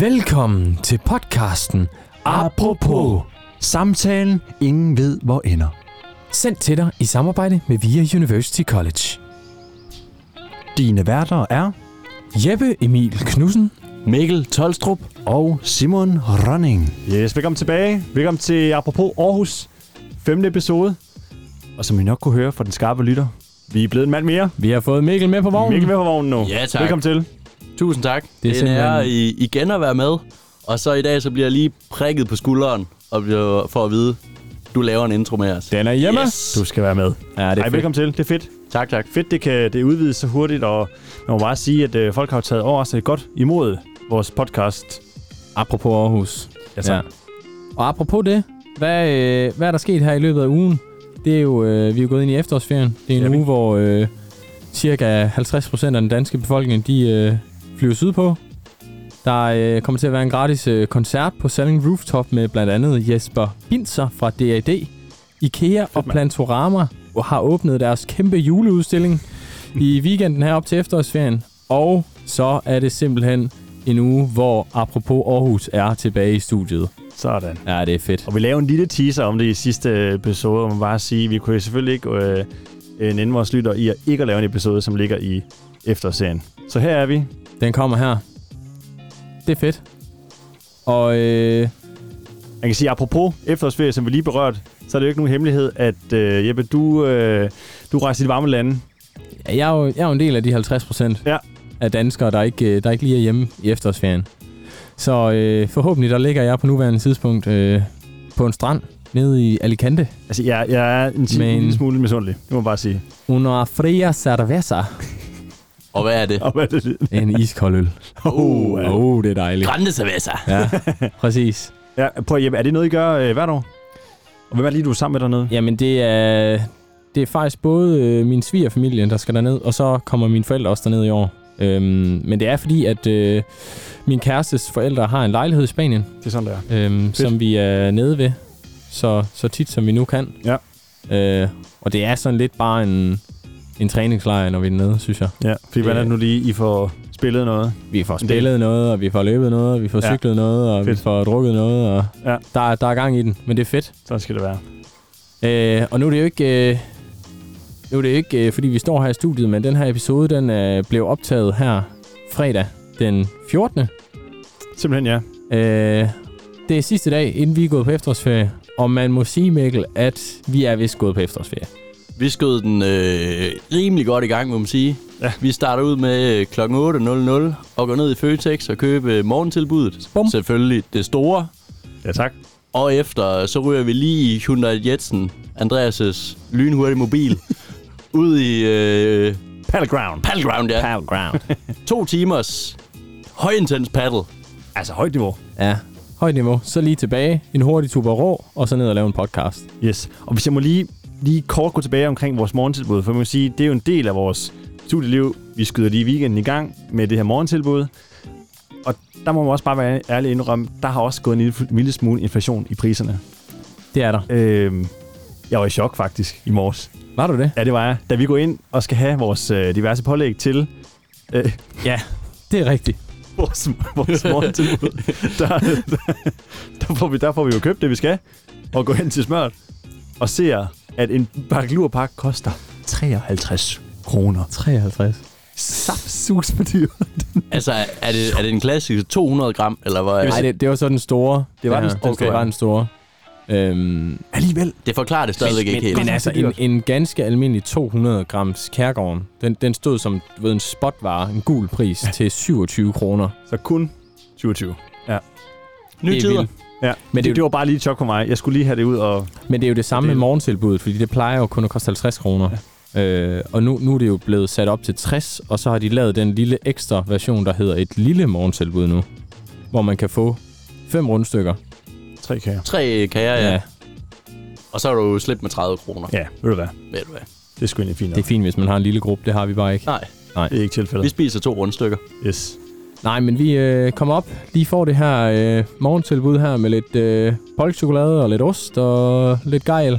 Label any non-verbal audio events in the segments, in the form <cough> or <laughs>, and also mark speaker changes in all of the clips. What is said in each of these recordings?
Speaker 1: Velkommen til podcasten Apropos.
Speaker 2: Samtalen, ingen ved, hvor ender.
Speaker 1: Sendt til dig i samarbejde med VIA University College.
Speaker 2: Dine værter er
Speaker 1: Jeppe Emil Knudsen.
Speaker 3: Mikkel Tolstrup.
Speaker 2: og Simon Rønning.
Speaker 3: Yes, velkommen tilbage. Velkommen til Apropos Aarhus. Femte episode. Og som I nok kunne høre fra den skarpe lytter, vi er blevet en mand mere.
Speaker 1: Vi har fået Mikkel med på vognen.
Speaker 3: Mikkel med på vognen nu.
Speaker 4: Ja, tak.
Speaker 3: Velkommen til.
Speaker 4: Tusind tak.
Speaker 1: Det
Speaker 4: Det
Speaker 1: er
Speaker 4: er
Speaker 1: simpelthen-
Speaker 4: en ære i, igen at være med. Og så i dag, så bliver jeg lige prikket på skulderen og bliver, for at vide, du laver en intro med os.
Speaker 3: Den er hjemme.
Speaker 4: Yes.
Speaker 3: Du skal være med.
Speaker 4: Ja, det
Speaker 3: Ej, velkommen til. Det er fedt.
Speaker 4: Tak, tak.
Speaker 3: Fedt, det kan det udvides så hurtigt, og man må bare sige, at øh, folk har jo taget overraskende godt imod vores podcast. Altså,
Speaker 1: Apropos Aarhus.
Speaker 3: Ja, tak.
Speaker 1: Og apropos det, hvad, øh, hvad er der sket her i løbet af ugen? Det er jo, øh, vi er jo gået ind i efterårsferien. Det er en
Speaker 3: Ja, vi-
Speaker 1: uge, hvor øh, cirka 50% af den danske befolkning, de øh, flyver sydpå. Der øh, kommer til at være en gratis øh, koncert på Selling Rooftop med blandt andet Jesper Binser fra DAD. IKEA og
Speaker 3: mand.
Speaker 1: Plantorama har åbnet deres kæmpe juleudstilling
Speaker 3: <laughs>
Speaker 1: i weekenden her op til efterårsferien. Og så er det simpelthen en uge, hvor apropos Aarhus er tilbage i studiet.
Speaker 3: Sådan.
Speaker 1: Ja, det er fedt.
Speaker 3: Og vi lavede en lille teaser om det i sidste episode, og man bare sige, at vi kunne jo selvfølgelig ikke øh, øh, nænde vores lytter i at ikke at lave en episode, som ligger i efterserien. Så her er vi.
Speaker 1: Den kommer her. Det er fedt. Og øh,
Speaker 3: Man kan sige, apropos efterårsferie, som vi lige berørte, så er det jo ikke nogen hemmelighed, at øh, Jeppe, du, øh, du rejser til de varme lande.
Speaker 1: jeg, er jo, jeg er jo en del af de 50 procent
Speaker 3: Ja.
Speaker 1: af danskere, der ikke, øh, der ikke lige er hjemme i efterårsferien. Så øh, forhåbentlig der ligger jeg på nuværende tidspunkt øh, på en strand nede i Alicante.
Speaker 3: Altså, jeg, jeg er en
Speaker 1: Men-
Speaker 3: Men... lille smule misundelig, det må man bare sige.
Speaker 1: Una fria cerveza.
Speaker 4: Og hvad er det?
Speaker 3: <laughs>
Speaker 4: Uh.
Speaker 3: Og hvad er det?
Speaker 1: En iskold øl.
Speaker 3: Oh, ja.
Speaker 1: oh, det er dejligt.
Speaker 4: Grande cerveza.
Speaker 1: Ja, præcis.
Speaker 3: ja, prøv at, Jeppe, er det noget, I gør øh, hvert år? Og hvem er det lige, du er sammen med dernede?
Speaker 1: Jamen, det er, det er faktisk både øh, min svigerfamilie, der skal derned, og så kommer mine forældre også derned i år. Øhm, men det er fordi, at øh, min kærestes forældre har en lejlighed i Spanien,
Speaker 3: Det er sådan, der.
Speaker 1: øhm, som vi er nede ved så, så tit, som vi nu kan.
Speaker 3: Ja.
Speaker 1: Øh, og det er sådan lidt bare en, en træningslejr, når vi er nede, synes jeg.
Speaker 3: Ja, fordi hvad er det nu lige, I får spillet noget?
Speaker 1: Vi får
Speaker 3: det-
Speaker 1: spillet noget, og vi får løbet noget, og vi får
Speaker 3: Ja.
Speaker 1: cyklet noget, og vi
Speaker 3: Fedt.
Speaker 1: får drukket noget, og
Speaker 3: Ja.
Speaker 1: der, der er gang i den, men det er fedt.
Speaker 3: Sådan skal det være.
Speaker 1: Øh, og nu er det jo ikke, øh, nu er det jo ikke øh, fordi vi står her i studiet, men den her episode den øh, blev optaget her fredag den 14.
Speaker 3: Simpelthen ja.
Speaker 1: Øh, det er sidste dag, inden vi er gået på efterårsferie, og man må sige, Mikkel, at vi er vist gået på efterårsferie.
Speaker 4: Vi skød den øh, rimelig godt i gang, må man sige.
Speaker 3: Ja.
Speaker 4: Vi starter ud med øh, kl. 8.00 og går ned i Føtex og køber øh, morgentilbuddet.
Speaker 1: Bum.
Speaker 4: Selvfølgelig det store.
Speaker 3: Ja, tak.
Speaker 4: Og efter, så ryger vi lige i Hyundai Jetsen, Andreas' lynhurtige mobil, ud i øh,
Speaker 3: Paddleground.
Speaker 4: paddleground, ja.
Speaker 1: Powerground.
Speaker 4: To timers højintens paddle.
Speaker 3: Altså højt niveau.
Speaker 1: <laughs> ja, højt niveau. Så lige tilbage, en hurtig tur på rå, og så ned og lave en podcast.
Speaker 3: Yes. Og hvis jeg må lige, lige kort gå tilbage omkring vores morgentilbud, for man kan sige, det er jo en del af vores studieliv. Vi skyder lige weekenden i gang med det her morgentilbud. Og der må man også bare være ærlig indrømme, der har også gået en lille, en lille smule inflation i priserne.
Speaker 1: Det er der.
Speaker 3: Øhm, jeg var i chok faktisk i morges.
Speaker 1: Var du det?
Speaker 3: Ja, det var jeg. Da vi går ind og skal have vores øh, diverse pålæg til øh,
Speaker 1: Ja, det er rigtigt.
Speaker 3: vores, vores morgentilbud, der, der, der, får vi, der får vi jo købt det, vi skal, og gå hen til smørt, og ser, at en pakke lurpak koster 53 kroner.
Speaker 1: 53.
Speaker 3: Sapsus for dyr.
Speaker 4: Altså, er det, er det en klassisk 200 gram, eller hvad?
Speaker 1: Nej,
Speaker 4: Altså,
Speaker 1: det, det var så den store.
Speaker 3: Det var
Speaker 1: her.
Speaker 3: den- den
Speaker 1: Det
Speaker 3: store.
Speaker 1: var den store. Øhm,
Speaker 3: Alligevel.
Speaker 4: det forklarer det stadigvæk ikke helt.
Speaker 1: Men altså, en, en ganske almindelig 200 grams kærgården, den, den stod som du ved, en spotvare, en gul pris, til 27 kroner.
Speaker 3: Så kun 27.
Speaker 1: det
Speaker 4: Nye
Speaker 1: er
Speaker 4: tider.
Speaker 1: vildt.
Speaker 3: Ja,
Speaker 1: Men
Speaker 3: men
Speaker 1: det er
Speaker 3: det,
Speaker 1: jo-
Speaker 3: det, var bare lige et chok for mig. Jeg skulle lige have det ud, og
Speaker 1: Men det er jo det samme
Speaker 3: Det
Speaker 1: med
Speaker 3: er-
Speaker 1: morgentilbuddet, fordi det plejer jo kun at koste 50 kroner. Ja. Øh, og nu, nu er det jo blevet sat op til 60, og så har de lavet den lille ekstra version, der hedder et lille morgentilbud nu, hvor man kan få fem rundstykker.
Speaker 3: tre kager.
Speaker 4: Tre kager, ja. Og så er du slidt med 30 kroner,
Speaker 3: Ja, ved du hvad?
Speaker 4: ved du hvad.
Speaker 3: Det er sgu egentlig fint.
Speaker 1: Det er
Speaker 3: nok.
Speaker 1: fint, hvis man har en lille gruppe, det har vi bare ikke.
Speaker 4: Nej,
Speaker 3: Det er ikke
Speaker 4: vi
Speaker 3: tilfældet.
Speaker 4: spiser to rundstykker.
Speaker 3: Yes.
Speaker 1: Nej, men vi øh, kommer op, lige får det her øh, morgentilbud her med lidt øh, polkchokolade og lidt ost og lidt gejl.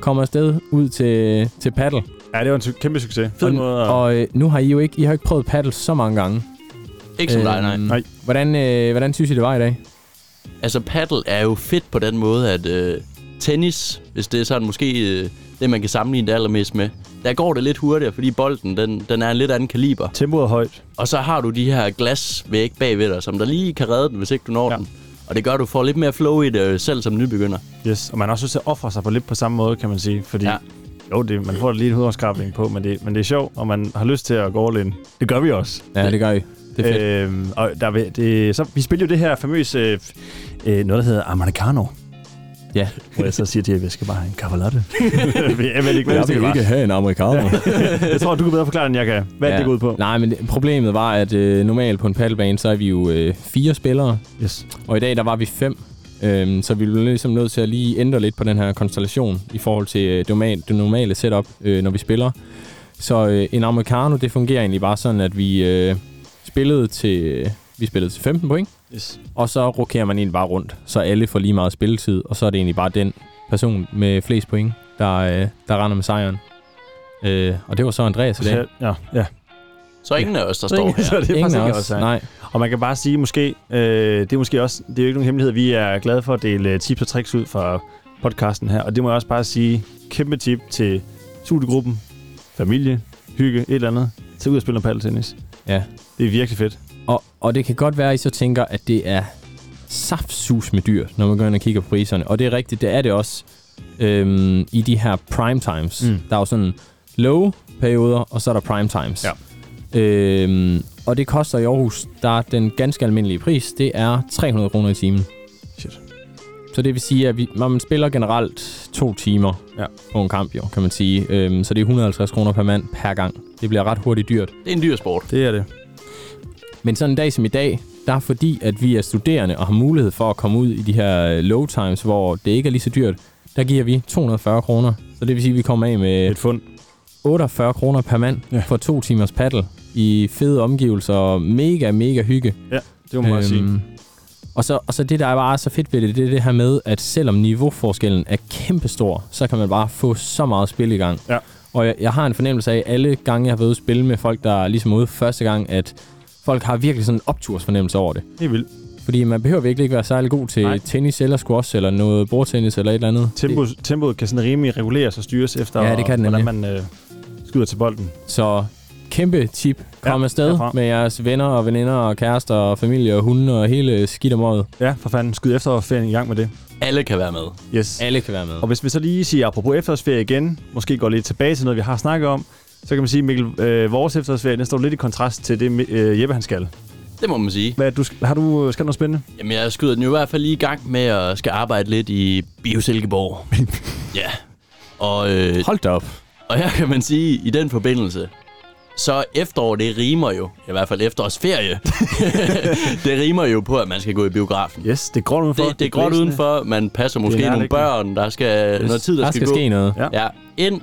Speaker 1: Kommer afsted ud til, til paddle.
Speaker 3: Ja, det var en su- kæmpe succes. Fed
Speaker 1: og
Speaker 3: måde at...
Speaker 1: og øh, nu har I jo ikke, I har ikke prøvet paddle så mange gange.
Speaker 4: Ikke som dig, nej.
Speaker 1: Øhm,
Speaker 3: Nej.
Speaker 1: Hvordan, øh, hvordan synes I, det var i dag?
Speaker 4: Altså, paddle er jo fedt på den måde, at øh, tennis, hvis det er sådan måske øh, det, man kan sammenligne det allermest med, der går det lidt hurtigere, fordi bolden, den, den er en lidt anden kaliber.
Speaker 3: Tempoet er højt.
Speaker 4: Og så har du de her glasvæg bagved dig, som der lige kan redde den, hvis ikke du når
Speaker 3: Ja.
Speaker 4: ja. den. Og det gør, at du får lidt mere flow i det, øh, selv som nybegynder.
Speaker 3: Yes. Og man er også nødt til at ofre sig på lidt på samme måde, kan man sige. Fordi ja.
Speaker 4: Ja.
Speaker 3: jo, det, man får lige et hudafskrabning på, men det, men det er sjovt, og man har lyst til at gå all in. Det gør vi også.
Speaker 1: Ja, det gør I. Det er fedt.
Speaker 3: Øhm, og der, vil- det, så, vi spiller jo det her famøse, øh, øh, noget der hedder Americano.
Speaker 1: Ja.
Speaker 3: Hvor jeg så siger til jer, at jeg skal bare have en
Speaker 1: <laughs>
Speaker 3: kavalotte. jeg ved ikke, hvad det skal være.
Speaker 1: have en amerikaner.
Speaker 3: Jeg tror, du kan bedre forklare, end jeg kan. Hvad ja. det går ud på?
Speaker 1: Nej, men det- problemet var, at øh, normalt på en paddlebane, så er vi jo øh, fire spillere,
Speaker 3: Yes.
Speaker 1: og i dag der var vi fem. Øhm, så vi blev ligesom nødt til at lige ændre lidt på den her konstellation i forhold til øh, det, normale, det normale setup, øh, når vi spiller. Så øh, en americano, det fungerer egentlig bare sådan, at vi øh, spillede til øh, vi spillede til 15 point,
Speaker 3: yes.
Speaker 1: og så rokerer man egentlig bare rundt, så alle får lige meget spilletid, og så er det egentlig bare den person med flest point, der, øh, der render med sejren. Øh, og det var så Andreas i dag.
Speaker 3: Så, ja, ja.
Speaker 4: Så ingen af os, der
Speaker 3: Så
Speaker 4: står
Speaker 3: ingen-
Speaker 4: her.
Speaker 3: <laughs> så det er
Speaker 1: Ingen
Speaker 3: faktisk
Speaker 1: af
Speaker 3: ikke
Speaker 1: os.
Speaker 3: os, nej.
Speaker 1: Nej.
Speaker 3: Og man kan bare sige, måske, øh, det er måske også, det er jo ikke nogen hemmelighed, vi er glade for at dele øh, tips og tricks ud fra podcasten her, og det må jeg også bare sige, kæmpe tip til studiegruppen, familie, hygge, et eller andet. Tag ud og spille noget paddeltennis.
Speaker 1: Ja.
Speaker 3: Det er virkelig fedt.
Speaker 1: Og, og det kan godt være, at I så tænker, at det er saftsus med dyr, når man går ind og kigger på priserne. Og det er rigtigt, det er det også øhm, i de her prime times.
Speaker 3: Mm.
Speaker 1: Mm. Der er jo sådan low perioder, og så er der prime times. Ja. Øhm, og det koster i Aarhus, der er den ganske almindelige pris, det er 300 kroner i timen.
Speaker 3: Shit.
Speaker 1: Så det vil sige, at vi, når man spiller generelt to timer
Speaker 3: Ja.
Speaker 1: på en kamp, jo, kan man sige. Øhm, så det er 150 kroner per mand per gang. Det bliver ret hurtigt dyrt.
Speaker 4: Det er en dyr sport.
Speaker 3: Det er det.
Speaker 1: Men sådan en dag som i dag, der er fordi, at vi er studerende og har mulighed for at komme ud i de her øh, low times, hvor det ikke er lige så dyrt, der giver vi 240 kroner. Så det vil sige, at vi kommer af med
Speaker 3: Et fund.
Speaker 1: 48 kroner per mand
Speaker 3: Ja.
Speaker 1: ja. for to timers paddle i fede omgivelser og mega, mega hygge.
Speaker 3: Det må man øhm, sige.
Speaker 1: og, så, og så det, der bare er så fedt ved det, det er det her med, at selvom niveauforskellen er kæmpestor, så kan man bare få så meget spil i gang.
Speaker 3: Ja.
Speaker 1: Og jeg, jeg har en fornemmelse af, alle gange, jeg har været ude at spille med folk, der er ligesom ude første gang, at folk har virkelig sådan en optursfornemmelse over det.
Speaker 3: Helt vildt.
Speaker 1: Fordi man behøver virkelig ikke være særlig god til
Speaker 3: Nej.
Speaker 1: Nej. tennis eller squash eller noget bordtennis eller et eller andet.
Speaker 3: Tempo, tempoet kan sådan rimelig reguleres og styres efter,
Speaker 1: Ja, det kan det
Speaker 3: hvordan
Speaker 1: nemlig.
Speaker 3: man øh, skyder til bolden.
Speaker 1: Så kæmpe tip. Kom
Speaker 3: Ja,
Speaker 1: ja, afsted
Speaker 3: herfra.
Speaker 1: med jeres venner og veninder og kærester og familie og hunde og hele skidt om året.
Speaker 3: Ja, for fanden. Skyd efterårsferien i gang med det.
Speaker 4: Alle kan være med.
Speaker 3: Yes.
Speaker 1: Alle kan være med.
Speaker 3: Og hvis vi så lige siger, apropos efterårsferie igen, måske går lidt tilbage til noget, vi har snakket om, så kan man sige, Mikkel, øh, vores efterårsferie, den står lidt i kontrast til det, øh, Jeppe han skal.
Speaker 4: Det må man sige.
Speaker 3: Hvad, er du, sk- har du, skal du noget spændende?
Speaker 4: Jamen, jeg skyder den jo i hvert fald lige i gang med at skal arbejde lidt i
Speaker 3: <laughs>
Speaker 4: Biosilkeborg. ja. Og, øh,
Speaker 1: Hold da op.
Speaker 4: og her kan man sige, i den forbindelse, så efterår, det rimer jo, i hvert fald efterårsferie, <laughs> det rimer jo på, at man skal gå i biografen.
Speaker 3: Yes, det går udenfor.
Speaker 4: Det, det er gråt
Speaker 3: blæsende.
Speaker 4: udenfor, man passer måske
Speaker 3: Det er
Speaker 4: nogle børn, der skal noget tid, der,
Speaker 1: der skal
Speaker 4: gå.
Speaker 1: ske noget.
Speaker 3: Ja.
Speaker 4: Ja. ja, ind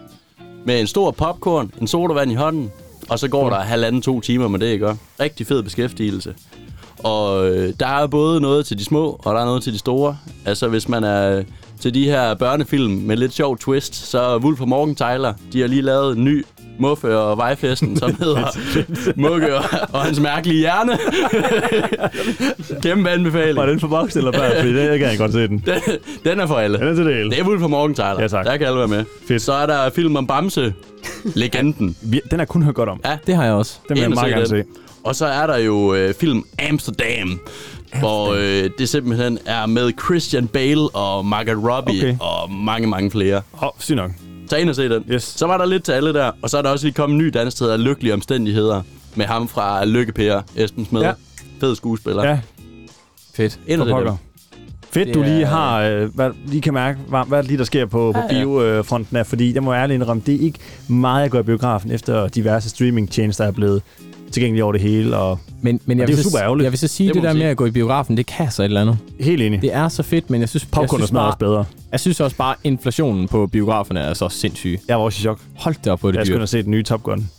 Speaker 4: med en stor popcorn, en sodavand i hånden, og så går der halvanden to timer med det, ikke? Rigtig fed beskæftigelse. Og øh, der er både noget til de små, og der er noget til de store. Altså, hvis man er øh, til de her børnefilm med lidt sjov twist, så er Wolf og Morgenthaler, de har lige lavet en ny Muffe og Vejfesten, som hedder Mugge og, og hans mærkelige hjerne. Kæmpe anbefaling.
Speaker 3: Var den for voksen eller børn? Fordi det jeg kan jeg godt se den.
Speaker 4: Den, den er for alle.
Speaker 3: Den er til del.
Speaker 4: Det er Wolf og Morgenthaler.
Speaker 3: Ja, tak.
Speaker 4: Der kan alle være med.
Speaker 3: Fedt.
Speaker 4: Så er der film om Bamse.
Speaker 1: <laughs>
Speaker 4: Legenden.
Speaker 3: Vi- Den har jeg kun hørt godt om.
Speaker 4: Ja,
Speaker 1: Det har jeg også.
Speaker 3: Den vil jeg
Speaker 4: ind og
Speaker 3: meget gerne se.
Speaker 4: den. Og så er der jo øh, film Amsterdam, hvor øh, det simpelthen er med Christian Bale og Margaret Robbie
Speaker 3: Okay.
Speaker 4: okay. og mange, mange flere.
Speaker 3: Åh, oh, syg nok.
Speaker 4: Så ind og se den.
Speaker 3: Yes.
Speaker 4: Så var der lidt til alle der, og så er der også lige kommet en ny dansk, der hedder Lykkelige Omstændigheder, med ham fra Lykke Per, Esben Smed.
Speaker 3: Ja.
Speaker 4: Ja. Fed skuespiller.
Speaker 3: Ja,
Speaker 1: Fedt.
Speaker 4: Ind og
Speaker 3: for
Speaker 4: se
Speaker 3: pokker.
Speaker 4: dem.
Speaker 3: Fedt,
Speaker 1: Det
Speaker 3: du lige
Speaker 1: er-
Speaker 3: har, øh, hvad lige kan mærke, hvad, hvad er det lige der sker på, på
Speaker 4: Ja, ja.
Speaker 3: biofronten er, fordi jeg må ærligt indrømme, det er ikke meget, jeg går i biografen efter diverse streamingtjenester er blevet tilgængelige over det hele, og
Speaker 1: Men, men jeg,
Speaker 3: Og det er
Speaker 1: vil
Speaker 3: jo
Speaker 1: så,
Speaker 3: super ærgerligt.
Speaker 1: jeg vil så sige,
Speaker 4: Det
Speaker 1: det,
Speaker 4: må
Speaker 1: det der
Speaker 4: man
Speaker 1: med at gå i biografen, det kan så et eller andet.
Speaker 3: helt enig.
Speaker 1: Det er så fedt, men jeg synes, jeg
Speaker 3: Popcorn og
Speaker 1: synes,
Speaker 3: smør er
Speaker 1: bare,
Speaker 3: også bedre.
Speaker 1: jeg synes også bare, inflationen på biograferne er så sindssyg.
Speaker 3: Jeg var også i chok.
Speaker 1: Hold da op på
Speaker 3: Jeg
Speaker 1: det dyrt.
Speaker 3: skulle have set den nye Top Gun.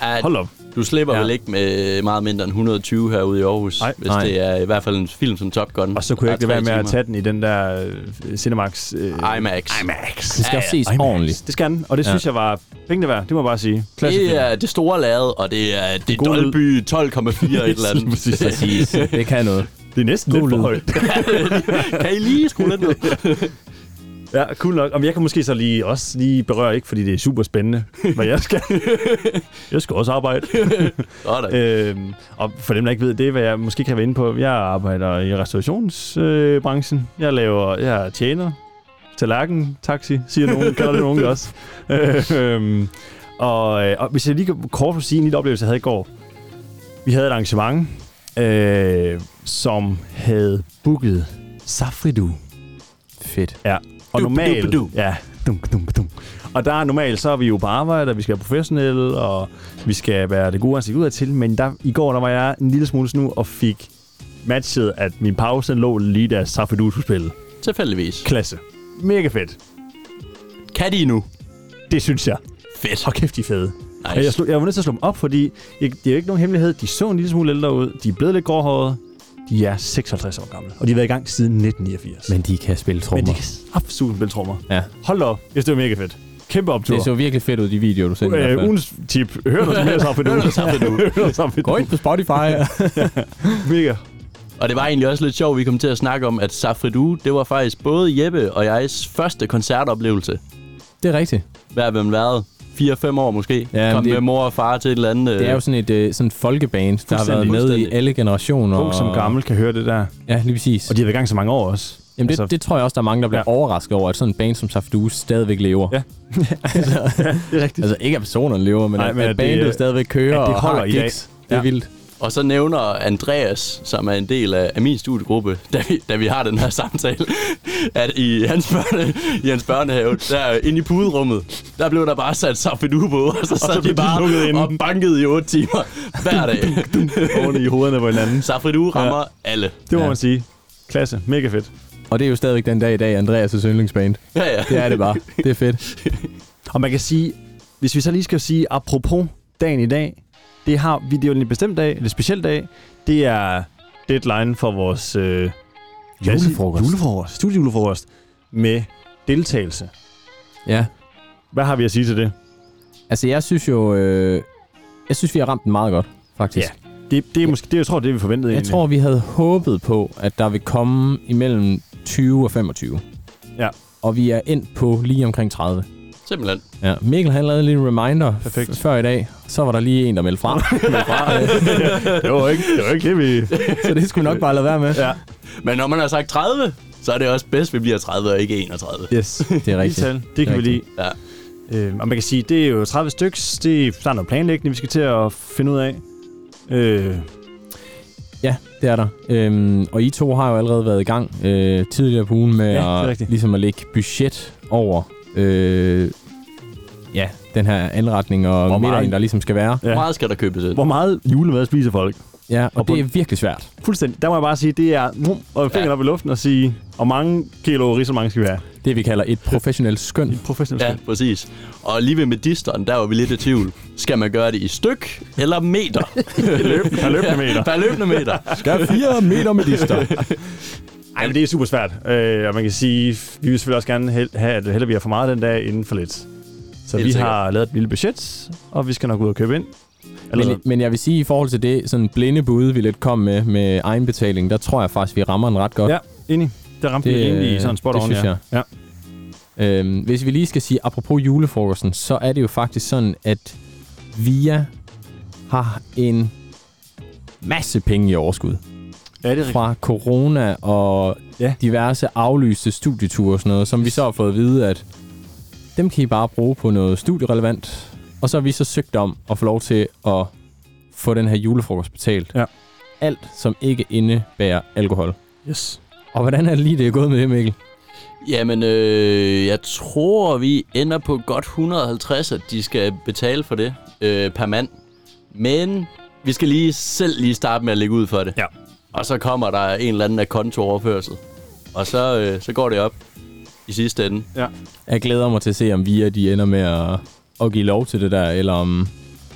Speaker 4: At
Speaker 3: Hold op.
Speaker 4: Du slipper
Speaker 1: Ja.
Speaker 4: ja. vel ikke med meget mindre end 120 herude i Aarhus,
Speaker 3: Nej.
Speaker 4: hvis
Speaker 1: Nej.
Speaker 4: det er i hvert fald en film som Top Gun.
Speaker 3: Og så kunne jeg ikke lade
Speaker 4: der er
Speaker 3: være med
Speaker 4: tre
Speaker 3: at tage den i den der øh, Cinemax... Øh,
Speaker 4: timer. IMAX.
Speaker 3: IMAX.
Speaker 1: Det skal ja, ses
Speaker 2: Ej,
Speaker 3: <laughs>
Speaker 1: ordentligt.
Speaker 3: Det skal den, og det
Speaker 1: Ja.
Speaker 3: synes jeg var pengene værd, det må jeg bare sige.
Speaker 1: Klassefilm.
Speaker 4: Det er det store lade, og det er, det er
Speaker 3: god lyd.
Speaker 4: Dolby 12,4 et eller
Speaker 3: <laughs>
Speaker 4: andet.
Speaker 1: Præcis. Det kan noget.
Speaker 3: Det er næsten
Speaker 1: God
Speaker 3: lidt
Speaker 1: lyd.
Speaker 3: for højt.
Speaker 1: <laughs>
Speaker 4: kan I lige skrue lidt
Speaker 3: <laughs>
Speaker 4: ned?
Speaker 3: Ja, cool nok. Om jeg kan måske så lige også lige berøre, ikke fordi det er super spændende, hvad jeg
Speaker 1: <laughs>
Speaker 3: skal. jeg skal også arbejde.
Speaker 4: Sådan.
Speaker 3: øhm, og for dem, der ikke ved det, er, hvad jeg måske kan være inde på, jeg arbejder i restaurationsbranchen. Øh, branchen. jeg laver, jeg er tjener, tallerken, taxi, siger nogen, kalder det nogen også. øhm, og, øh, og hvis jeg lige kan kort vil sige en lille oplevelse, jeg havde i går. Vi havde et arrangement, øh, som havde booket Safridu.
Speaker 1: Fedt.
Speaker 3: Og
Speaker 4: Du-
Speaker 3: normalt...
Speaker 4: du- du.
Speaker 3: Ja, dunk, dunk, dunk. Og der er normalt, så er vi jo på arbejde, og vi skal være professionelle, og vi skal være det gode ansigt ud af til. Men der, i går, der var jeg en lille smule snu og fik matchet, at min pause lå lige da Safedu skulle spille.
Speaker 4: Tilfældigvis.
Speaker 3: Klasse. Mega fedt.
Speaker 4: Kan de nu?
Speaker 3: Det synes jeg.
Speaker 4: Fedt.
Speaker 3: Og kæft, de er fede.
Speaker 4: Nice.
Speaker 3: Og jeg, slog, jeg var nødt til at slå dem op, fordi jeg, det er jo ikke nogen hemmelighed. De så en lille smule ældre ud. De er blevet lidt gråhårede. De er 56 år gamle, og de har været i gang siden 1989.
Speaker 1: Men de kan spille
Speaker 3: Men
Speaker 1: trommer.
Speaker 3: de kan absolut spille trommer.
Speaker 1: Ja.
Speaker 3: Hold da op. Jeg synes, det var mega fedt. Kæmpe optur.
Speaker 1: Det så virkelig fedt ud, de videoer, du sendte. i hvert
Speaker 3: Øh,
Speaker 1: fald.
Speaker 3: ugens tip. Hør noget mere sammen
Speaker 4: Hør noget sammen med
Speaker 3: <laughs> Hør noget sammen
Speaker 1: Gå ind på Spotify.
Speaker 3: Mega.
Speaker 4: Og det var egentlig også lidt sjovt, vi kom til at snakke om, at Safridu, det var faktisk både Jeppe og jegs første koncertoplevelse.
Speaker 1: det er rigtigt.
Speaker 4: Hver hvem været 4-5 år måske.
Speaker 1: men
Speaker 4: Ja, Kom
Speaker 1: det-
Speaker 4: det, med mor og far til et eller andet.
Speaker 1: Det er jo sådan et øh, sådan et folkeband, der har været
Speaker 4: Fuldstændig.
Speaker 1: med i
Speaker 4: Fuldstændig.
Speaker 1: alle generationer.
Speaker 3: Ung som gammel kan høre det der.
Speaker 1: Ja, lige præcis.
Speaker 3: Og de har været i gang så mange år også.
Speaker 1: Jamen det, altså, det tror jeg også, der er mange, der bliver ja.
Speaker 3: Ja.
Speaker 1: overrasket over, at sådan en band som Safdue stadigvæk lever.
Speaker 3: Ja. det er rigtigt.
Speaker 1: Altså ikke at personerne lever, men,
Speaker 3: Nej,
Speaker 1: at,
Speaker 3: men
Speaker 1: at
Speaker 3: at det,
Speaker 1: bandet
Speaker 3: øh,
Speaker 1: stadigvæk kører
Speaker 3: at det
Speaker 1: og
Speaker 3: holder
Speaker 1: har
Speaker 3: i dag.
Speaker 1: gigs. Det er
Speaker 3: Ja.
Speaker 1: vildt.
Speaker 4: Og så nævner Andreas, som er en del af, af min studiegruppe, da vi, da vi har den her samtale, <laughs> at i hans, børne, i hans børnehave, der inde i puderummet, der blev der bare sat Safridu på, og så sad og
Speaker 3: blev
Speaker 4: de
Speaker 3: de lukket
Speaker 4: bare
Speaker 3: inde.
Speaker 4: og bankede i 8 timer hver dag.
Speaker 3: <laughs> Oven i hovederne på hinanden.
Speaker 4: Safridu rammer ja. alle.
Speaker 3: Det må
Speaker 1: Ja.
Speaker 3: man sige. Klasse. Mega fedt.
Speaker 1: Og det er jo stadigvæk den dag i dag, Andreas' yndlingsband.
Speaker 4: Ja, ja.
Speaker 1: Det er det
Speaker 3: <laughs>
Speaker 1: bare. Det er fedt.
Speaker 3: Og man kan sige, hvis vi så lige skal sige, apropos dagen i dag, det, har, vi- det er jo en bestemt dag, eller speciel dag, det er deadline for vores øh,
Speaker 2: Julefrokost.
Speaker 3: julefrokost, studiejulefrokost med deltagelse.
Speaker 1: Ja.
Speaker 3: Hvad har vi at sige til det?
Speaker 1: Altså jeg synes jo, øh, jeg synes vi har ramt den meget godt, faktisk.
Speaker 3: Ja. Det, det er måske, det, jeg tror, det vi forventede
Speaker 1: Jeg
Speaker 3: egentlig.
Speaker 1: tror, vi havde håbet på, at der vil komme imellem 20 og 25.
Speaker 3: Ja.
Speaker 1: Og vi er endt på lige omkring 30.
Speaker 4: Simpelthen.
Speaker 1: Ja, Mikkel han lavede en lille reminder
Speaker 3: Perfekt.
Speaker 1: f- før i dag. Så var der lige en, der meldte
Speaker 3: <laughs>
Speaker 1: fra.
Speaker 3: det var ikke det, var ikke det vi...
Speaker 1: så det skulle vi nok bare lade være med.
Speaker 3: Ja.
Speaker 4: Men når man har sagt 30, så er det også bedst, vi bliver 30 og ikke 31.
Speaker 3: Yes.
Speaker 1: Det er rigtigt.
Speaker 3: Tal, det kan vi lide.
Speaker 1: rigtigt.
Speaker 4: Ja.
Speaker 3: Øh, og man kan sige, det er jo 30 styks. Det er snart noget planlægning, vi skal til at finde ud af. Øh,
Speaker 1: Ja, det er der. Øhm, og I to har jo allerede været i gang øh, tidligere på ugen med
Speaker 3: Ja, det er
Speaker 1: at,
Speaker 3: rigtigt.
Speaker 1: ligesom at lægge budget over øh, ja, den her anretning og
Speaker 3: Hvor
Speaker 1: middagen,
Speaker 3: meget-
Speaker 1: der ligesom skal være.
Speaker 4: Hvor
Speaker 3: Ja.
Speaker 4: meget skal der købes ind?
Speaker 3: hvor meget julemad spiser folk?
Speaker 1: Ja, og, og
Speaker 3: Og på-
Speaker 1: det er virkelig svært.
Speaker 3: Fuldstændig. Der må jeg bare sige, det er mm, og fingeren
Speaker 4: Ja.
Speaker 3: ja. op i luften og sige, og mange kilo ris, så mange skal vi have.
Speaker 1: Det vi kalder et professionelt
Speaker 3: <laughs>
Speaker 1: skøn.
Speaker 3: Professionelt.
Speaker 4: Ja, præcis. Og lige ved medisteren, der var vi lidt i tvivl. Skal man gøre det i styk eller meter?
Speaker 3: Per løbende meter.
Speaker 4: Per løbende meter.
Speaker 1: Skal fire meter med dister.
Speaker 3: Ej, men det er super svært. Øh, og man kan sige, vi vil selvfølgelig også gerne hel- have, at heller vi har for meget den dag inden for lidt. Så
Speaker 4: Helt
Speaker 3: vi
Speaker 4: sikkert.
Speaker 3: har lavet et lille budget, og vi skal nok ud og købe ind. Eller,
Speaker 1: <laughs> Men, men jeg vil sige, i forhold til det sådan blinde bud, vi lidt kom med, med egenbetaling, der tror jeg faktisk, vi rammer den ret godt.
Speaker 3: Ja, enig. Det ramte
Speaker 1: Det,
Speaker 3: vi rimelig i sådan spot
Speaker 1: det
Speaker 3: on,
Speaker 1: synes
Speaker 3: ja.
Speaker 1: jeg.
Speaker 3: ja.
Speaker 1: Øhm, hvis vi lige skal sige, apropos julefrokosten, så er det jo faktisk sådan, at VIA har en masse penge i overskud.
Speaker 3: Ja, det er
Speaker 1: Fra corona og ja.
Speaker 3: Ja.
Speaker 1: diverse aflyste studieture og sådan noget, som vi så har fået at vide, at dem kan I bare bruge på noget studierelevant. Og så har vi så søgt om at få lov til at få den her julefrokost betalt.
Speaker 3: Ja.
Speaker 1: Alt, som ikke indebærer alkohol.
Speaker 3: Yes.
Speaker 1: Og hvordan er det lige, det er gået med det, Mikkel?
Speaker 4: Jamen, øh, jeg tror, vi ender på godt 150, at de skal betale for det øh, per mand. Men vi skal lige selv lige starte med at lægge ud for det.
Speaker 3: Ja.
Speaker 4: Og så kommer der en eller anden af kontooverførsel. Og så, øh, så går det op i sidste ende.
Speaker 3: Ja.
Speaker 1: Jeg glæder mig til at se, om VIA de ender med at, at give lov til det der, eller om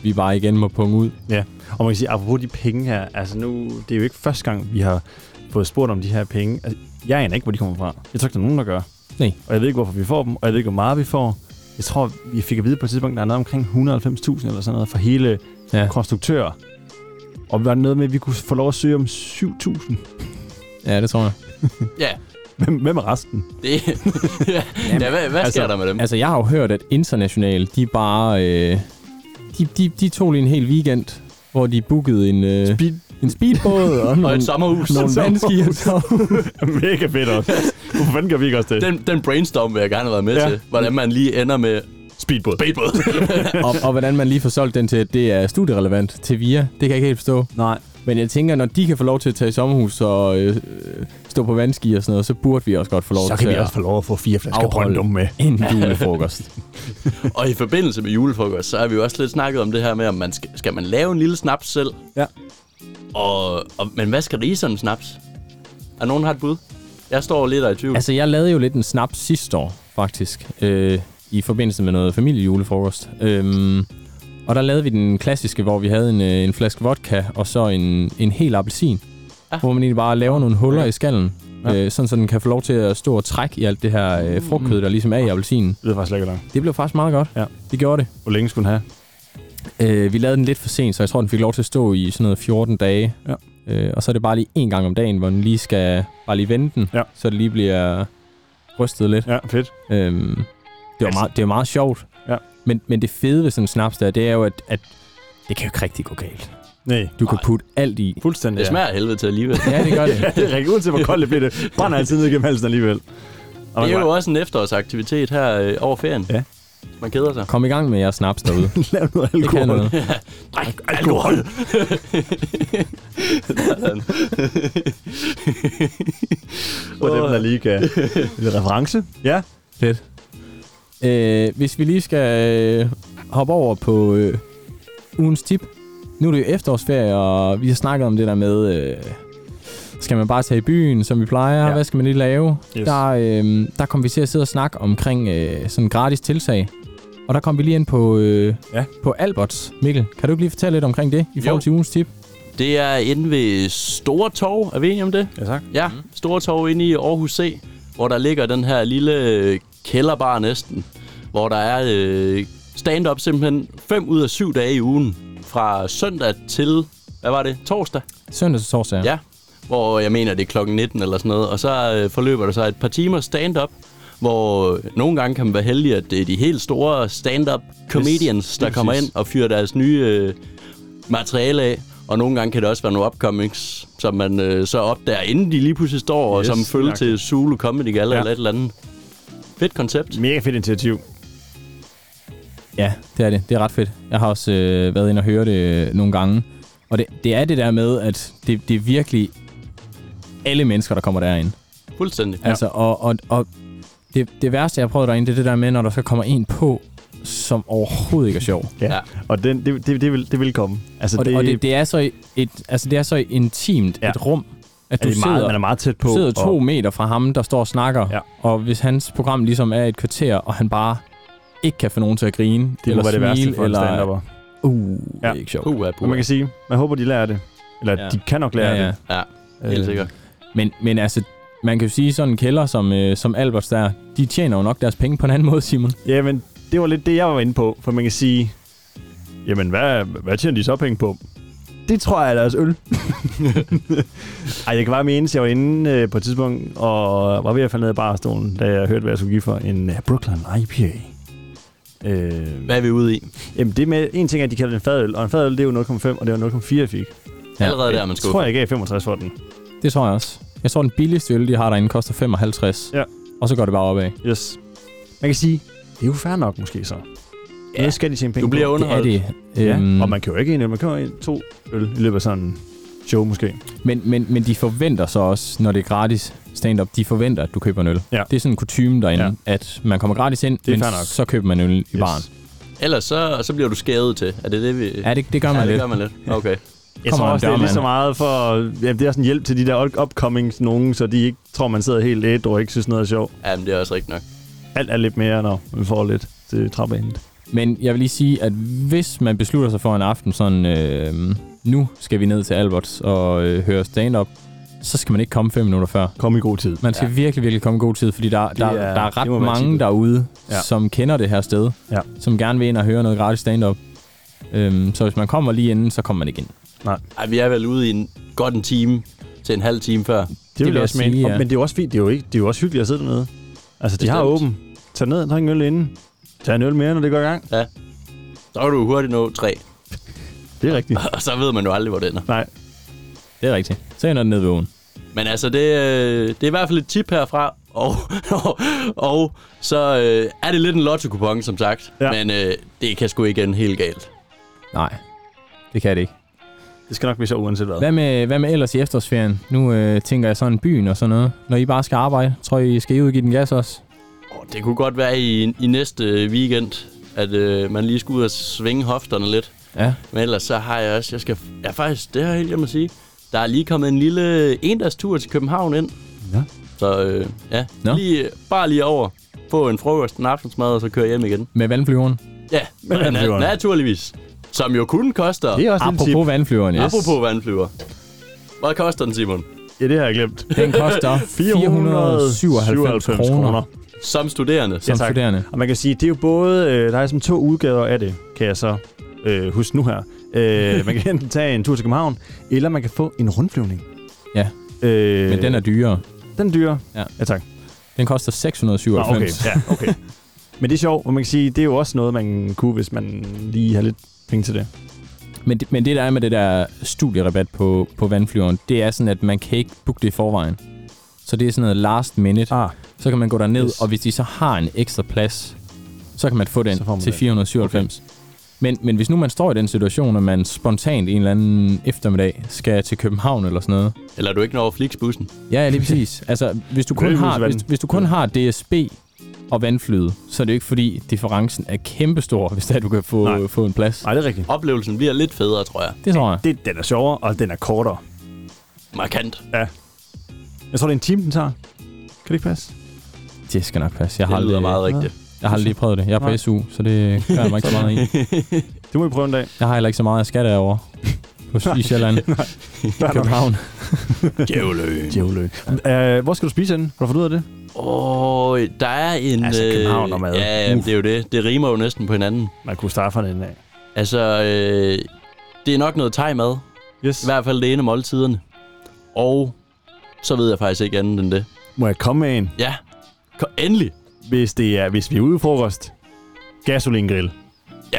Speaker 1: vi bare igen må punge ud.
Speaker 3: Ja, og man kan sige, apropos de penge her, altså nu, det er jo ikke første gang, vi har fået spurgt om de her penge. Altså, jeg aner ikke, hvor de kommer fra. Jeg tror ikke, der er nogen, der gør.
Speaker 1: Nej.
Speaker 3: Og jeg ved ikke, hvorfor vi får dem, og jeg ved ikke, hvor meget vi får. Jeg tror, vi fik at vide på et tidspunkt, der er noget omkring 190.000 eller sådan noget for hele
Speaker 1: Ja.
Speaker 3: ja. konstruktører. Og der er noget med, at vi kunne få lov at søge om 7.000.
Speaker 1: Ja, det tror jeg.
Speaker 4: Ja,
Speaker 3: Hvem, hvem er resten?
Speaker 4: det, <laughs> ja. ja hvad, hvad sker
Speaker 3: altså,
Speaker 4: der med dem?
Speaker 1: Altså, jeg har jo hørt, at internationale, de bare... Øh, de, de, de tog lige en hel weekend, hvor de bookede en, øh,
Speaker 3: Speed.
Speaker 1: en speedbåd og,
Speaker 4: Og
Speaker 1: nogle,
Speaker 4: et sommerhus. <laughs>
Speaker 1: nogle vandski.
Speaker 3: Mega fedt også. Hvorfor fanden gør vi ikke også det?
Speaker 4: Den, den brainstorm vil jeg gerne have været med ja.
Speaker 3: Ja.
Speaker 4: til. Hvordan man lige ender med
Speaker 3: Speedbåd.
Speaker 4: speedbåd.
Speaker 1: og, og hvordan man lige får solgt den til, at det er studierelevant til VIA, det kan jeg ikke helt forstå.
Speaker 3: Nej.
Speaker 1: Men jeg tænker, når de kan få lov til at tage i sommerhus og øh, øh, stå på vandski og sådan noget, så burde vi også godt få lov
Speaker 3: Så
Speaker 1: til
Speaker 3: kan vi
Speaker 1: at
Speaker 3: også få lov at få fire flasker
Speaker 1: afholde
Speaker 3: Brøndum med.
Speaker 1: en julefrokost.
Speaker 4: og i forbindelse med julefrokost, så har vi jo også lidt snakket om det her med, om man skal, skal man lave en lille snaps selv?
Speaker 3: Ja.
Speaker 4: Og, og, men hvad skal der i sådan en snaps? Er nogen der har et bud? Jeg står lidt og er i
Speaker 3: Mm.
Speaker 4: tvivl. Altså,
Speaker 1: altså, jeg lavede jo lidt en snaps sidste år, faktisk, øh, i forbindelse med noget familiejulefrokost. Øhm, og der lavede vi den klassiske, hvor vi havde en, øh, en flaske vodka og så en, en hel appelsin.
Speaker 4: Ja.
Speaker 1: Ja. Hvor man egentlig bare laver nogle huller i skallen, øh, sådan så den kan få lov til at stå og trække i alt det her øh, frugtkød, der ligesom er i appelsinen.
Speaker 3: Det ved faktisk ikke, hvor langt.
Speaker 1: Det blev faktisk meget godt.
Speaker 3: Mm. Ja.
Speaker 1: Det gjorde det.
Speaker 3: Hvor længe skulle den have?
Speaker 1: Øh, vi lavede den lidt for sent, så jeg tror, den fik lov til at stå i sådan noget 14 dage.
Speaker 3: Ja.
Speaker 1: Øh, og så er det bare lige en gang om dagen, hvor den lige skal bare lige vende den,
Speaker 3: Ja.
Speaker 1: så det lige bliver rystet lidt.
Speaker 3: Ja, fedt.
Speaker 1: Øhm, det, var
Speaker 3: Altså-
Speaker 1: meget, det var meget sjovt.
Speaker 3: Ja.
Speaker 1: Men, men det fede ved sådan en snaps der, det er jo, at, at det kan jo ikke rigtig gå galt.
Speaker 3: Nej,
Speaker 1: Du kan
Speaker 4: Nej.
Speaker 1: putte alt i.
Speaker 3: fuldstændig.
Speaker 4: det
Speaker 3: ja.
Speaker 4: smager af helvede til
Speaker 3: <laughs>
Speaker 4: alligevel.
Speaker 1: Ja, det gør det.
Speaker 3: det rækker ud til, hvor koldt det bliver. Det brænder altid ned gennem halsen alligevel. Og man
Speaker 4: Det er
Speaker 3: kan
Speaker 4: jo også en efterårsaktivitet her øh, over ferien.
Speaker 3: Ja.
Speaker 4: Man keder sig.
Speaker 1: Kom i gang med jeres snaps derude.
Speaker 3: bare <laughs> lave noget
Speaker 1: Det kan
Speaker 3: alkohol.
Speaker 1: noget.
Speaker 4: Drik
Speaker 1: <laughs>
Speaker 4: alkohol!
Speaker 3: For dem, der lige
Speaker 1: <laughs>
Speaker 3: kan. Lidt reference. Ja.
Speaker 1: Fedt. Øh, hvis vi lige skal øh, hoppe over på øh, ugens tip. Nu er det jo efterårsferie, og vi har snakket om det der med, øh, skal man bare tage i byen, som vi plejer? Ja.
Speaker 3: Ja.
Speaker 1: Hvad skal man lige lave?
Speaker 3: Yes.
Speaker 1: Der, øh, der kom vi til at sidde og snakke omkring øh, sådan gratis tilsag. Og der kom vi lige ind på, øh, ja.
Speaker 3: Ja.
Speaker 1: på Alberts. Mikkel, kan du ikke lige fortælle lidt omkring det i forhold
Speaker 4: Jo.
Speaker 1: til ugens tip?
Speaker 4: Det er inde ved Store Torv. Er vi enige om det?
Speaker 3: Ja, tak.
Speaker 4: Ja, mm. Store Torv inde i Aarhus C, hvor der ligger den her lille øh, kælderbar næsten, hvor der er øh, stand-up simpelthen 5 ud af 7 dage i ugen, fra søndag til, hvad var det, torsdag?
Speaker 1: Søndag til torsdag.
Speaker 4: Ja, hvor jeg mener, det er klokken 19 eller sådan noget, og så øh, forløber der så et par timer stand-up, hvor øh, nogle gange kan man være heldig, at det er de helt store stand-up comedians, yes, der
Speaker 3: lige
Speaker 4: kommer
Speaker 3: præcis.
Speaker 4: ind og fyrer deres nye øh, materiale af, og nogle gange kan det også være nogle upcomics, som man øh, så opdager, inden de lige pludselig står, yes, og
Speaker 3: Yes,
Speaker 4: som følger til Zulu Comedy Gala
Speaker 3: Ja.
Speaker 4: ja.
Speaker 3: Mm.
Speaker 4: eller et eller andet. Fedt koncept.
Speaker 3: Mega fedt initiativ.
Speaker 1: Ja, det er det. Det er ret fedt. Jeg har også øh, været inde og høre det øh, nogle gange. Og det, det er det der med, at det, det er virkelig alle mennesker, der kommer derind.
Speaker 4: Fuldstændig.
Speaker 1: Ja. Altså, og, og, og det, det værste, jeg har prøvet derinde, det er det der med, når der så kommer en på, som overhovedet ikke er sjov.
Speaker 4: Ja.
Speaker 3: Og den, det, det, det, vil, det vil komme. Altså,
Speaker 1: Og det, og det, det, er så et, altså, det er så intimt
Speaker 3: Ja.
Speaker 1: ja. et rum, at
Speaker 3: er
Speaker 1: du
Speaker 3: vi meget, man
Speaker 1: sidder,
Speaker 3: er meget tæt på.
Speaker 1: du sidder to
Speaker 3: og,
Speaker 1: meter fra ham, der står og snakker.
Speaker 3: Ja.
Speaker 1: Og hvis hans program ligesom er et kvarter, og han bare ikke kan få nogen til at grine,
Speaker 3: det må
Speaker 1: eller
Speaker 3: være det værste
Speaker 1: smile,
Speaker 3: for en
Speaker 1: eller...
Speaker 3: stand-upper.
Speaker 1: Uh, det er
Speaker 3: Ja.
Speaker 1: ikke sjovt.
Speaker 4: Puh,
Speaker 3: Og man kan sige, man håber, de lærer det. Eller
Speaker 1: Ja.
Speaker 3: ja. de kan nok lære det.
Speaker 4: Ja,
Speaker 3: Øh,
Speaker 4: helt sikkert.
Speaker 1: Men, men altså, man kan jo sige, sådan en kælder som, øh, som Alberts der, de tjener jo nok deres penge på en anden måde, Simon.
Speaker 3: Ja, men det var lidt det, jeg var inde på. For man kan sige, jamen hvad, hvad tjener de så penge på? Det tror jeg er deres øl. <laughs> Ej, jeg kan bare mene, at jeg var inde øh, på et tidspunkt, og var ved at falde ned i barstolen, da jeg hørte, hvad jeg skulle give for en øh, Brooklyn IPA. Øh,
Speaker 4: Hvad er vi ude i?
Speaker 3: jamen det med, en ting er, at de kalder det en fadøl, og en fadøl, det er jo 0,5, og det var 0,4, jeg fik.
Speaker 1: Ja.
Speaker 4: Allerede der er man
Speaker 3: Jeg tror,
Speaker 4: skuffet.
Speaker 3: jeg gav 65 for den.
Speaker 1: Det tror jeg også. Jeg tror, den billigste øl, de har derinde, koster 55.
Speaker 3: Ja.
Speaker 1: Og så går det bare opad.
Speaker 3: Yes. Man kan sige, det er jo fair nok måske så.
Speaker 4: Ja.
Speaker 3: Ja. Det skal de tjene penge
Speaker 4: Du bliver
Speaker 3: på.
Speaker 1: Det er
Speaker 4: underholdt.
Speaker 1: det.
Speaker 3: Ja.
Speaker 1: Øhm,
Speaker 3: Og man køber ikke en øl, man køber en, to øl i løbet af sådan en show måske.
Speaker 1: men, men, men de forventer så også, når det er gratis stand-up, de forventer, at du køber en øl.
Speaker 3: Ja.
Speaker 1: Det er sådan en kutume derinde, ja. at man kommer gratis ind,
Speaker 3: er
Speaker 1: men
Speaker 3: fair nok.
Speaker 1: så køber man øl i yes. baren.
Speaker 4: Ellers så, så bliver du skævet til. Er det det, vi...
Speaker 1: Ja, det, det gør man
Speaker 4: ja, det
Speaker 1: lidt.
Speaker 4: gør man lidt. Okay.
Speaker 3: Jeg
Speaker 1: Kommer
Speaker 3: tror også,
Speaker 1: en
Speaker 3: det er lige
Speaker 1: dørmand.
Speaker 3: så meget for... Jamen, det er sådan en hjælp til de der upcomings nogen, så de ikke tror, man sidder helt ædru og ikke synes noget er sjovt.
Speaker 4: Jamen, det er også rigtigt nok.
Speaker 3: Alt er lidt mere, når man får lidt til trappeenden.
Speaker 1: Men jeg vil lige sige, at hvis man beslutter sig for en aften sådan, øh, nu skal vi ned til Alberts og øh, høre stand-up, så skal man ikke komme fem minutter før.
Speaker 3: Kom i god tid.
Speaker 1: Man skal ja. virkelig, virkelig komme i god tid, fordi der, der,
Speaker 3: er-
Speaker 1: der er
Speaker 3: det må
Speaker 1: ret
Speaker 3: være
Speaker 1: mange
Speaker 3: tippet.
Speaker 1: derude,
Speaker 3: Ja.
Speaker 1: ja. som kender det her sted,
Speaker 3: Ja.
Speaker 1: som gerne vil ind og høre noget gratis stand-up. Øhm, så hvis man kommer lige inden, så kommer man ikke ind.
Speaker 4: Ej, vi er vel ude i en, godt en time til en halv time før.
Speaker 3: Det,
Speaker 1: vil
Speaker 3: vil jeg
Speaker 1: jeg
Speaker 3: også mene.
Speaker 1: sige,
Speaker 3: Ja.
Speaker 1: ja.
Speaker 3: Men det er jo også fint. Det er jo, ikke, det er jo også hyggeligt at sidde dernede. Altså, de har
Speaker 4: Bestemt.
Speaker 3: åben. Tag ned, drik en øl inden. Tag en øl mere, når det går i gang.
Speaker 4: Så kan du hurtigt nå tre,
Speaker 3: Det er rigtigt.
Speaker 4: og så ved man jo aldrig, hvor det ender.
Speaker 3: <laughs> Nej,
Speaker 1: Det er rigtigt. Så ender det nede ved åen.
Speaker 4: Men altså, det, øh, det er i hvert fald et tip herfra, og, <laughs> og, og så øh, er det lidt en lotto som sagt.
Speaker 3: Ja.
Speaker 4: Ja. Men øh, det kan sgu ikke ende helt galt.
Speaker 1: Nej, det kan det ikke.
Speaker 3: det skal nok blive så uanset hvad.
Speaker 1: Hvad med, hvad med ellers i efterårsferien? Nu øh, tænker jeg sådan byen og sådan noget. Når I bare skal arbejde, tror I, I skal I ud og give den gas også?
Speaker 4: Og det kunne godt være i, i næste øh, weekend, at øh, man lige skulle ud og svinge hofterne lidt.
Speaker 1: Ja.
Speaker 4: Men ellers så har jeg også, jeg skal, ja faktisk, det har jeg helt glemt at sige, der er lige kommet en lille endags tur til København ind.
Speaker 2: Ja.
Speaker 4: Så øh, ja,
Speaker 1: Nå.
Speaker 4: lige, bare lige over, få en frokost, en aftensmad, og så køre hjem igen.
Speaker 1: Med vandflyveren?
Speaker 4: Ja,
Speaker 3: Med
Speaker 4: na-
Speaker 3: vandflyveren.
Speaker 4: naturligvis. Som jo kun koster,
Speaker 3: Det er også et lille tip.
Speaker 1: Apropos vandflyveren, yes.
Speaker 4: apropos vandflyver. Hvad koster den, Simon?
Speaker 3: Ja, det har jeg glemt.
Speaker 1: Den
Speaker 3: <laughs>
Speaker 1: koster 497 kroner
Speaker 4: Som studerende.
Speaker 1: som
Speaker 3: Ja, tak.
Speaker 1: studerende.
Speaker 3: Og man kan sige, det er jo både, øh, der er som to udgaver af det, kan jeg så øh, huske nu her. Øh, man kan enten tage en tur til København, eller man kan få en rundflyvning.
Speaker 1: Ja.
Speaker 3: Øh,
Speaker 1: Men den er dyrere.
Speaker 3: den er dyr.
Speaker 1: Ja.
Speaker 3: ja tak.
Speaker 1: Den koster
Speaker 3: Nå,
Speaker 1: 697.
Speaker 3: okay. Ja, okay. Men det er sjovt, og man kan sige, det er jo også noget, man kunne, hvis man lige har lidt penge til det.
Speaker 1: Men, det- men det, der er med det der studierabat på, på vandflyveren, det er sådan, at man kan ikke booke det i forvejen. Så det er sådan noget last minute.
Speaker 3: Ah,
Speaker 1: Så kan man gå derned,
Speaker 3: Yes.
Speaker 1: yes. og hvis de så har en ekstra plads, så kan man få den
Speaker 3: Så får man
Speaker 1: til
Speaker 3: den.
Speaker 1: 497. Okay. Men, men hvis nu man står i den situation, at man spontant en eller anden eftermiddag skal til København eller sådan noget,
Speaker 4: Eller er du ikke når over Flixbussen?
Speaker 1: Ja, ja, lige præcis. Altså, hvis du kun,
Speaker 3: Løbehus i
Speaker 1: har,
Speaker 3: vandet.
Speaker 1: hvis, hvis du kun har DSB og vandflyde, så er det jo ikke fordi, differencen er kæmpestor, hvis det er, du kan få,
Speaker 3: Nej.
Speaker 1: få en plads.
Speaker 3: nej, det er rigtigt.
Speaker 4: Oplevelsen bliver lidt federe, tror jeg.
Speaker 1: Det tror jeg.
Speaker 3: Det, den er sjovere, og den er kortere.
Speaker 4: Markant.
Speaker 3: Jeg tror, det er en time, den tager. Kan det ikke passe?
Speaker 1: Det skal nok passe. Jeg har,
Speaker 4: Det lyder
Speaker 1: aldrig,
Speaker 4: meget rigtigt.
Speaker 1: jeg har aldrig prøvet det. Jeg er på
Speaker 3: Nej.
Speaker 1: SU, så det gør jeg mig ikke så meget i.
Speaker 3: Det må vi prøve en dag.
Speaker 1: Jeg har heller ikke så meget af skat herovre. På i Sjælland, København.
Speaker 4: Djævløen.
Speaker 3: Djævlø. Øh, hvor skal du spise henne? Har du fundet ud af det?
Speaker 4: Åh, der er en... øh,
Speaker 3: Altså, København og mad.
Speaker 4: Ja, jamen, det er jo det. Det rimer jo næsten på hinanden.
Speaker 3: Man kunne starte fra den ende af.
Speaker 4: Altså, øh, det er nok noget thai-mad.
Speaker 3: Yes.
Speaker 4: I hvert fald det ene af måltiderne. Og så ved jeg faktisk ikke andet end det.
Speaker 3: Må jeg komme med en?
Speaker 4: Ja, Kom, endelig.
Speaker 3: Hvis, det er, hvis vi er ude i frokost. Gasolingrill.
Speaker 4: Ja.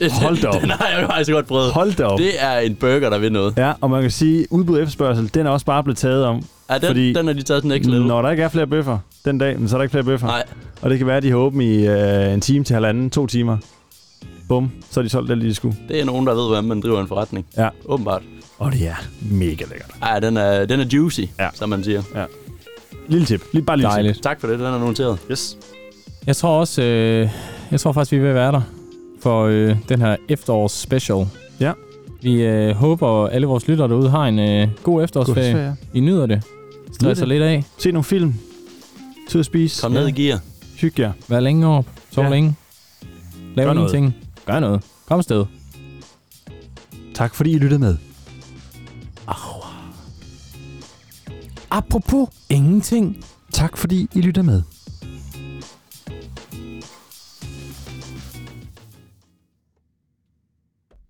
Speaker 4: Den-
Speaker 3: Hold
Speaker 4: <laughs>
Speaker 3: da op.
Speaker 4: Den har jeg jo faktisk godt prøvet.
Speaker 3: Hold da op. Det.
Speaker 4: Det er en burger, der ved noget.
Speaker 3: Ja, og man kan sige, udbud og efterspørgsel, den er også bare blevet taget om.
Speaker 4: Ja, den,
Speaker 3: Fordi-
Speaker 4: Fordi... den har de taget til next level.
Speaker 3: Når der ikke er flere bøffer den dag, men så er der ikke flere bøffer.
Speaker 4: Nej,
Speaker 3: Og det kan være, at de har åbent i øh, en time til halvanden, to timer. Bum, så er de solgt det, de skulle.
Speaker 4: det er nogen, der ved, hvordan man driver en forretning.
Speaker 3: Ja.
Speaker 4: Åbenbart.
Speaker 3: Og det er mega lækkert.
Speaker 4: Ej, den er, den er juicy,
Speaker 3: Ja.
Speaker 4: ja. som man siger.
Speaker 3: Lille tip. Lige bare lille
Speaker 1: Dejligt.
Speaker 4: Tak for det, den er noteret.
Speaker 3: tip. Yes.
Speaker 1: Jeg tror også, øh, jeg tror faktisk, vi er ved at være der for øh, den her efterårs special.
Speaker 3: Ja.
Speaker 1: Vi øh, håber, alle vores lyttere derude har en øh, god efterårsferie.
Speaker 3: Godt, ja.
Speaker 1: I nyder det. Stresser lidt af.
Speaker 3: Se nogle film. Tid at spise.
Speaker 4: Kom ned i gear.
Speaker 3: Hygge jer.
Speaker 1: Vær længe op. Sov
Speaker 3: Ja.
Speaker 1: ja. længe. Lav
Speaker 3: Gør noget.
Speaker 1: ingenting. Gør noget. Kom afsted.
Speaker 2: Tak fordi I lyttede med.
Speaker 1: Apropos ingenting.
Speaker 2: Tak fordi I lyttede med.